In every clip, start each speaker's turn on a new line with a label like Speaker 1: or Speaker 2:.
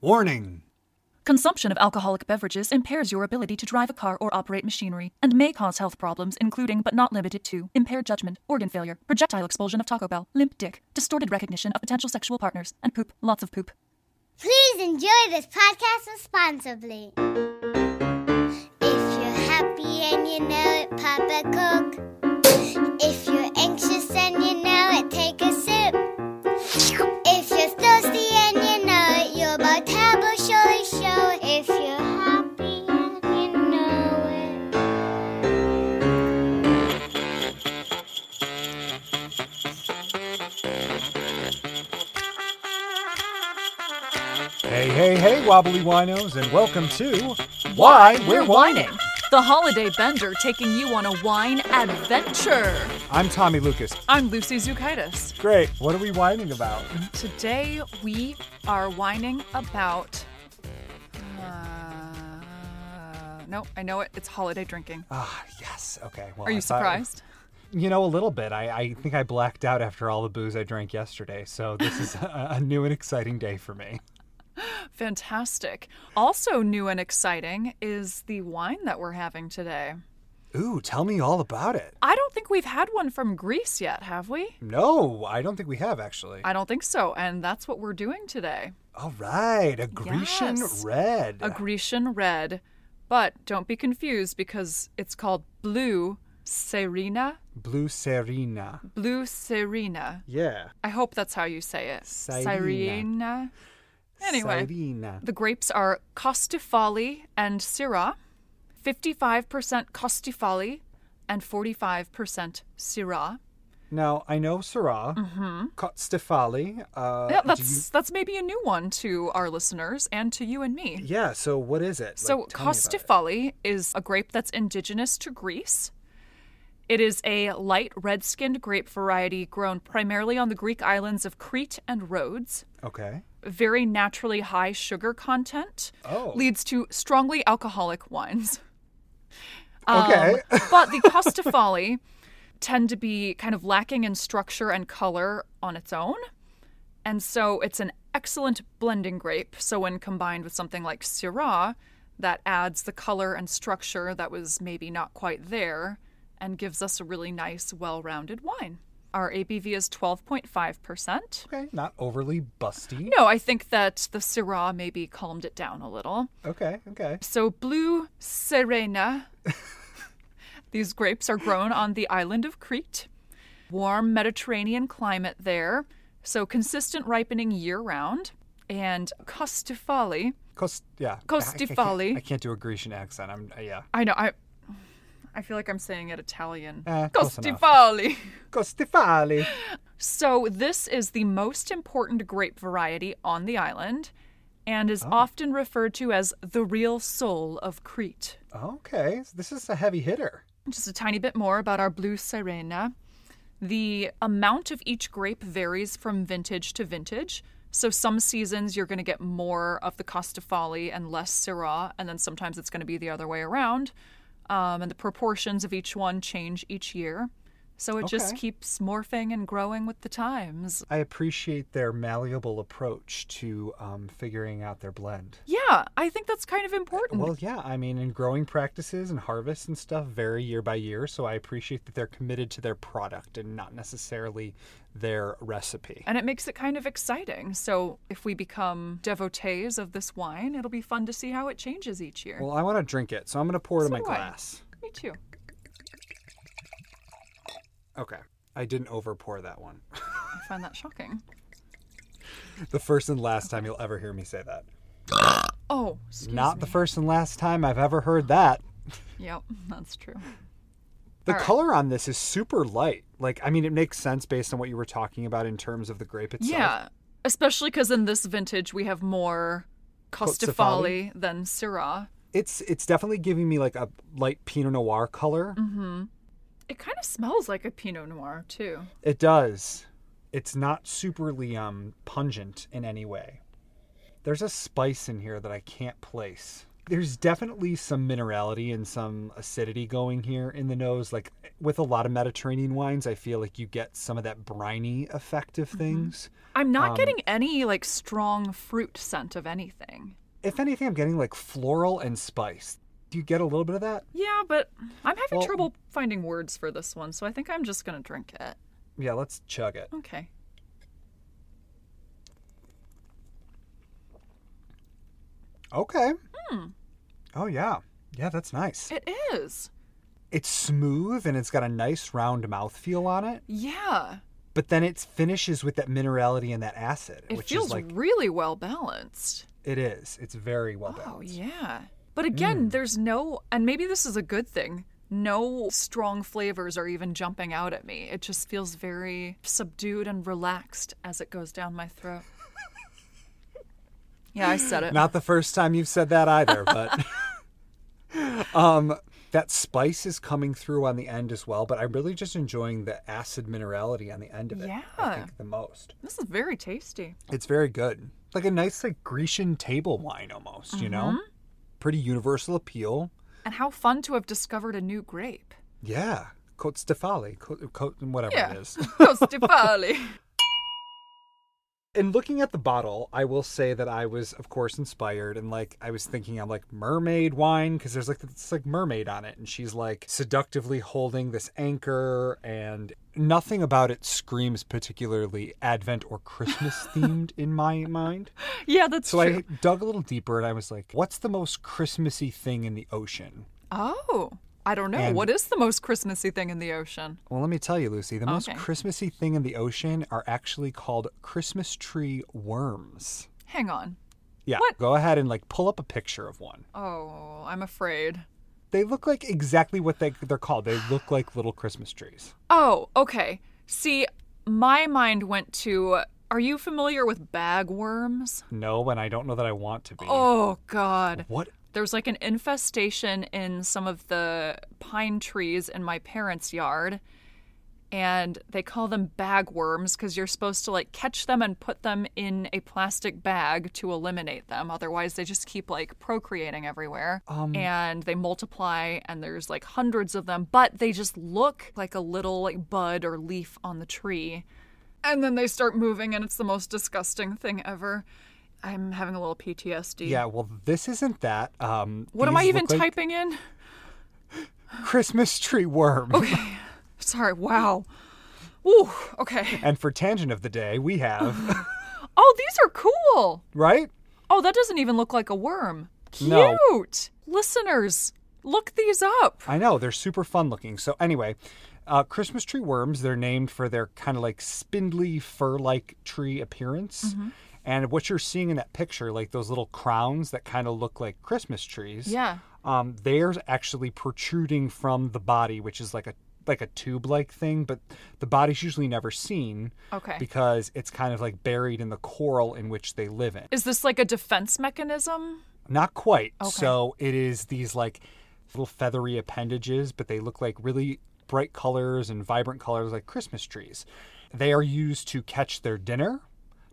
Speaker 1: Warning!
Speaker 2: Consumption of alcoholic beverages impairs your ability to drive a car or operate machinery and may cause health problems, including but not limited to impaired judgment, organ failure, projectile expulsion of Taco Bell, limp dick, distorted recognition of potential sexual partners, and poop. Lots of poop.
Speaker 3: Please enjoy this podcast responsibly. If you're happy and you know it, pop a Coke. If you're anxious and you know it, take a sip. If you're thirsty and you know it, your tab will surely show it. If you're happy and you know it.
Speaker 1: Hey, hey, hey, wobbly winos, and welcome to Why We're Whining.
Speaker 2: The Holiday Bender taking you on a wine adventure.
Speaker 1: I'm Tommy Lucas.
Speaker 2: I'm Lucy Zukaitis.
Speaker 1: Great. What are we whining about?
Speaker 2: Today we are whining about. Uh, no, I know it. It's holiday drinking.
Speaker 1: Ah, yes. Okay. Well,
Speaker 2: Are
Speaker 1: I
Speaker 2: you
Speaker 1: thought-
Speaker 2: surprised?
Speaker 1: you know, a little bit. I, I think I blacked out after all the booze I drank yesterday, so this is a, a new and exciting day for me.
Speaker 2: Fantastic. Also, new and exciting is the wine that we're having today.
Speaker 1: Ooh, tell me all about it.
Speaker 2: I don't think we've had one from Greece yet, have we?
Speaker 1: No, I don't think we have actually.
Speaker 2: I don't think so. And that's what we're doing today
Speaker 1: All right, a Grecian
Speaker 2: Yes.
Speaker 1: red.
Speaker 2: a Grecian red. But don't be confused because it's called Blue Serena.
Speaker 1: Blue Serena.
Speaker 2: Blue Serena.
Speaker 1: Yeah.
Speaker 2: I hope that's how you say it.
Speaker 1: Serena.
Speaker 2: Serena. Anyway.
Speaker 1: Serena.
Speaker 2: The grapes are Costifali and Syrah, 55% Costifali and 45% Syrah.
Speaker 1: Now I know Syrah, Costifali. Uh,
Speaker 2: Mm-hmm. yeah,
Speaker 1: do
Speaker 2: that's
Speaker 1: you-
Speaker 2: that's maybe a new one to our listeners and to you and me.
Speaker 1: yeah. So what is it?
Speaker 2: So
Speaker 1: Like, tell me about it.
Speaker 2: Costifali is a grape that's indigenous to Greece. It is a light red-skinned grape variety grown primarily on the Greek islands of Crete and Rhodes.
Speaker 1: Okay.
Speaker 2: Very naturally high sugar content
Speaker 1: Oh.
Speaker 2: leads to strongly alcoholic wines. Um,
Speaker 1: Okay.
Speaker 2: but the Costafali tend to be kind of lacking in structure and color on its own. And so it's an excellent blending grape. So when combined with something like Syrah, that adds the color and structure that was maybe not quite there and gives us a really nice, well rounded wine. Our ABV is 12.5%.
Speaker 1: okay. Not overly busty.
Speaker 2: No, I think that the Syrah maybe calmed it down a little.
Speaker 1: Okay. Okay.
Speaker 2: So, Blue Serena. These grapes are grown on the island of Crete. Warm Mediterranean climate there. So, consistent ripening year round. And Costifali.
Speaker 1: Cost. Yeah. I, I,
Speaker 2: Costifali.
Speaker 1: can't, I can't do a Grecian accent. I'm. uh, Yeah.
Speaker 2: I know, I. I feel like I'm saying it Italian.
Speaker 1: Eh, close enough.
Speaker 2: Costifali.
Speaker 1: Costifali.
Speaker 2: So, this is the most important grape variety on the island and
Speaker 1: Oh.
Speaker 2: is often referred to as the real soul of Crete.
Speaker 1: Okay. so this is a heavy hitter.
Speaker 2: Just a tiny bit more about our Blue Serena. The amount of each grape varies from vintage to vintage. So some seasons you're going to get more of the Costafali and less Syrah, and then sometimes it's going to be the other way around. Um, and the proportions of each one change each year. So it just
Speaker 1: Okay.
Speaker 2: keeps morphing and growing with the times.
Speaker 1: I appreciate their malleable approach to um, figuring out their blend.
Speaker 2: Yeah, I think that's kind of important.
Speaker 1: Well, yeah, I mean, and growing practices and harvests and stuff vary year by year, so I appreciate that they're committed to their product and not necessarily their recipe.
Speaker 2: and it makes it kind of exciting. So if we become devotees of this wine, it'll be fun to see how it changes each year.
Speaker 1: Well, I want to drink it, so I'm going to pour it in my
Speaker 2: So do I.
Speaker 1: glass.
Speaker 2: Me too.
Speaker 1: Okay. I didn't over pour that one.
Speaker 2: I find that shocking.
Speaker 1: the first and last time you'll ever hear me say that.
Speaker 2: Oh, excuse
Speaker 1: not
Speaker 2: me.
Speaker 1: the first and last time I've ever heard that.
Speaker 2: Yep, that's true.
Speaker 1: The
Speaker 2: All right.
Speaker 1: color on this is super light. Like, I mean, it makes sense based on what you were talking about in terms of the grape itself.
Speaker 2: Yeah, especially because in this vintage we have more Costafali
Speaker 1: Costafali?
Speaker 2: than Syrah.
Speaker 1: It's it's definitely giving me like a light Pinot Noir color.
Speaker 2: It kind of smells like a Pinot Noir too.
Speaker 1: It does. It's not superly um pungent in any way. There's a spice in here that I can't place. There's definitely some minerality and some acidity going here in the nose. Like with a lot of Mediterranean wines, I feel like you get some of that briny effect of things.
Speaker 2: I'm
Speaker 1: Um,
Speaker 2: not getting any like strong fruit scent of anything.
Speaker 1: If anything, I'm getting like floral and spice. Do you get a little bit of that?
Speaker 2: Yeah, but I'm having
Speaker 1: Well-
Speaker 2: trouble finding words for this one, so I think I'm just gonna drink it.
Speaker 1: Yeah, let's chug it.
Speaker 2: Okay.
Speaker 1: Okay. Oh, yeah. Yeah, that's nice.
Speaker 2: It is.
Speaker 1: It's smooth and it's got a nice round mouthfeel on it,
Speaker 2: Yeah.
Speaker 1: but then it finishes with that minerality and that acid,
Speaker 2: It
Speaker 1: which
Speaker 2: feels
Speaker 1: is like
Speaker 2: really well balanced.
Speaker 1: it is. It's very well
Speaker 2: Oh,
Speaker 1: balanced.
Speaker 2: yeah. But
Speaker 1: Mm.
Speaker 2: again, there's no, and maybe this is a good thing, no strong flavors are even jumping out at me. It just feels very subdued and relaxed as it goes down my throat. yeah, I said it.
Speaker 1: Not the first time you've said that either, but um that spice is coming through on the end as well, but I'm really just enjoying the acid minerality on the end of it. I
Speaker 2: Yeah.
Speaker 1: think the most.
Speaker 2: this is very tasty.
Speaker 1: It's very good. Like a nice like Grecian table wine almost, you know?
Speaker 2: Mm-hmm.
Speaker 1: Pretty universal appeal.
Speaker 2: And how fun to have discovered a new grape.
Speaker 1: Yeah. Cote Stefali, Cote, Cote whatever
Speaker 2: Yeah.
Speaker 1: it is.
Speaker 2: Costifali.
Speaker 1: in looking at the bottle, I will say that I was, of course, inspired and like I was thinking, I'm like mermaid wine because there's like this like mermaid on it, and she's like seductively holding this anchor, and nothing about it screams particularly Advent or Christmas themed in my mind.
Speaker 2: yeah, that's
Speaker 1: So I
Speaker 2: true.
Speaker 1: dug a little deeper, and I was like, what's the most Christmassy thing in the ocean?
Speaker 2: Oh, I don't know.
Speaker 1: And-
Speaker 2: what is the most Christmassy thing in the ocean?
Speaker 1: Well, let me tell you, Lucy, the most
Speaker 2: Okay.
Speaker 1: Christmassy thing in the ocean are actually called Christmas tree worms.
Speaker 2: Hang on.
Speaker 1: Yeah,
Speaker 2: What?
Speaker 1: go ahead and like pull up a picture of one.
Speaker 2: Oh, I'm afraid.
Speaker 1: They look like exactly what they they're called. They look like little Christmas trees.
Speaker 2: Oh, okay. See, my mind went to are you familiar with bagworms?
Speaker 1: No, and I don't know that I want to be.
Speaker 2: Oh, God.
Speaker 1: What?
Speaker 2: There's like an infestation in some of the pine trees in my parents' yard. And they call them bagworms because you're supposed to like catch them and put them in a plastic bag to eliminate them. Otherwise, they just keep like procreating everywhere.
Speaker 1: Um.
Speaker 2: and they multiply, and there's like hundreds of them, but they just look like a little like bud or leaf on the tree. And then they start moving, and it's the most disgusting thing ever. I'm having a little PTSD.
Speaker 1: Yeah. Well, this isn't that. Um.
Speaker 2: What am I
Speaker 1: these
Speaker 2: even
Speaker 1: look like
Speaker 2: typing in?
Speaker 1: Christmas tree worm.
Speaker 2: Sorry, wow. Ooh, okay.
Speaker 1: And for tangent of the day, we have
Speaker 2: Oh, these are cool.
Speaker 1: right.
Speaker 2: Oh, that doesn't even look like a worm. Cute.
Speaker 1: No.
Speaker 2: Listeners, look these up.
Speaker 1: I know they're super fun looking. So anyway, uh, Christmas tree worms. They're named for their kind of like spindly fur-like tree appearance.
Speaker 2: Mm-hmm.
Speaker 1: And what you're seeing in that picture, like those little crowns that kind of look like Christmas trees.
Speaker 2: Yeah.
Speaker 1: um, they're actually protruding from the body, which is like a like a tube like thing, but the body's usually never seen
Speaker 2: Okay.
Speaker 1: because it's kind of like buried in the coral in which they live in.
Speaker 2: Is this like a defense mechanism?
Speaker 1: Not quite. So it is these like little feathery appendages, but they look like really bright colors and vibrant colors like Christmas trees. They are used to catch their dinner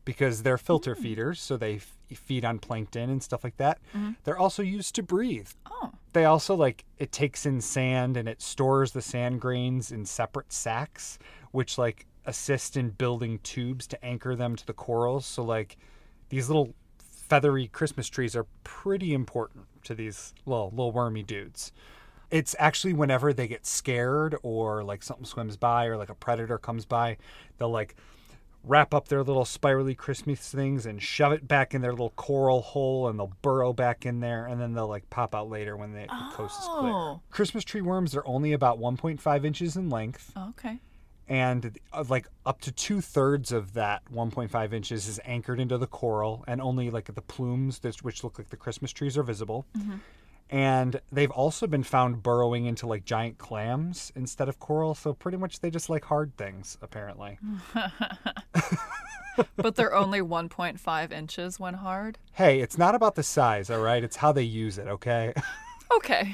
Speaker 1: because they're filter feeders, so they f- feed on plankton and stuff like that. They're also used to breathe.
Speaker 2: Oh.
Speaker 1: They also like it takes in sand and it stores the sand grains in separate sacks, which like assist in building tubes to anchor them to the corals. So like these little feathery Christmas trees are pretty important to these little little wormy dudes. It's actually whenever they get scared or like something swims by or like a predator comes by, they'll like wrap up their little spirally Christmas things and shove it back in their little coral hole and they'll burrow back in there and then they'll like pop out later when the, the coast is clear.
Speaker 2: Oh.
Speaker 1: Christmas tree worms are only about 1.5 inches in length
Speaker 2: Okay.
Speaker 1: and uh, like up to two thirds of that 1.5 inches is anchored into the coral, and only like the plumes, this- which look like the Christmas trees, are visible. And they've also been found burrowing into like giant clams instead of coral. So pretty much they just like hard things, apparently.
Speaker 2: But they're only 1.5 inches when hard.
Speaker 1: Hey, it's not about the size, all right? It's how they use it, okay?
Speaker 2: Okay.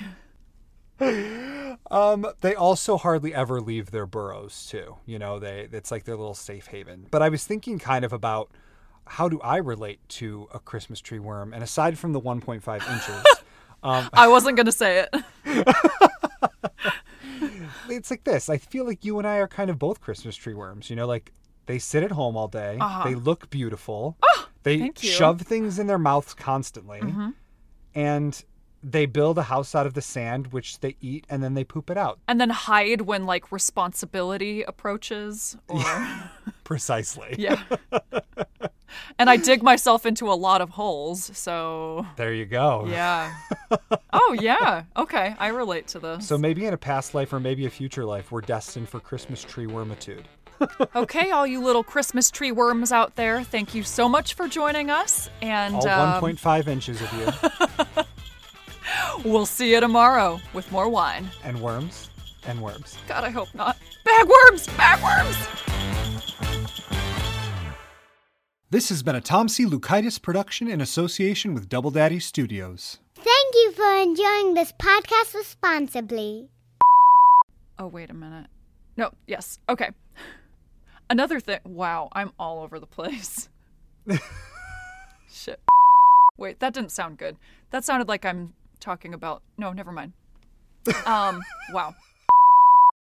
Speaker 1: Um, they also hardly ever leave their burrows too. You know, they it's like their little safe haven. But I was thinking kind of about how do I relate to a Christmas tree worm? And aside from the 1.5 inches, Um,
Speaker 2: I wasn't going to say it.
Speaker 1: it's like this. I feel like you and I are kind of both Christmas tree worms. You know, like they sit at home all day.
Speaker 2: Uh-huh. Oh,
Speaker 1: They look beautiful. they
Speaker 2: thank you. Mm-hmm.
Speaker 1: shove things in their mouths constantly, and they build a house out of the sand, which they eat and then they poop it out.
Speaker 2: And then hide when like responsibility approaches or
Speaker 1: Precisely.
Speaker 2: yeah. and I dig myself into a lot of holes, so
Speaker 1: There you go.
Speaker 2: yeah. Oh yeah. Okay, I relate to this.
Speaker 1: So maybe in a past life or maybe a future life, we're destined for Christmas tree wormitude.
Speaker 2: Okay, all you little Christmas tree worms out there, thank you so much for joining us, and
Speaker 1: All
Speaker 2: um,
Speaker 1: 1.5 inches of you
Speaker 2: we'll see you tomorrow with more wine.
Speaker 1: and worms and worms.
Speaker 2: God, I hope not. Bagworms! Bagworms!
Speaker 1: This has been a Tom C. Lukaitis production in association with Double Daddy Studios.
Speaker 3: Thank you for enjoying this podcast responsibly.
Speaker 2: Oh, wait a minute. No, yes. Okay. Another thing. Wow, I'm all over the place. Shit. Wait, that didn't sound good. That sounded like I'm talking about. No, never mind. Um, wow.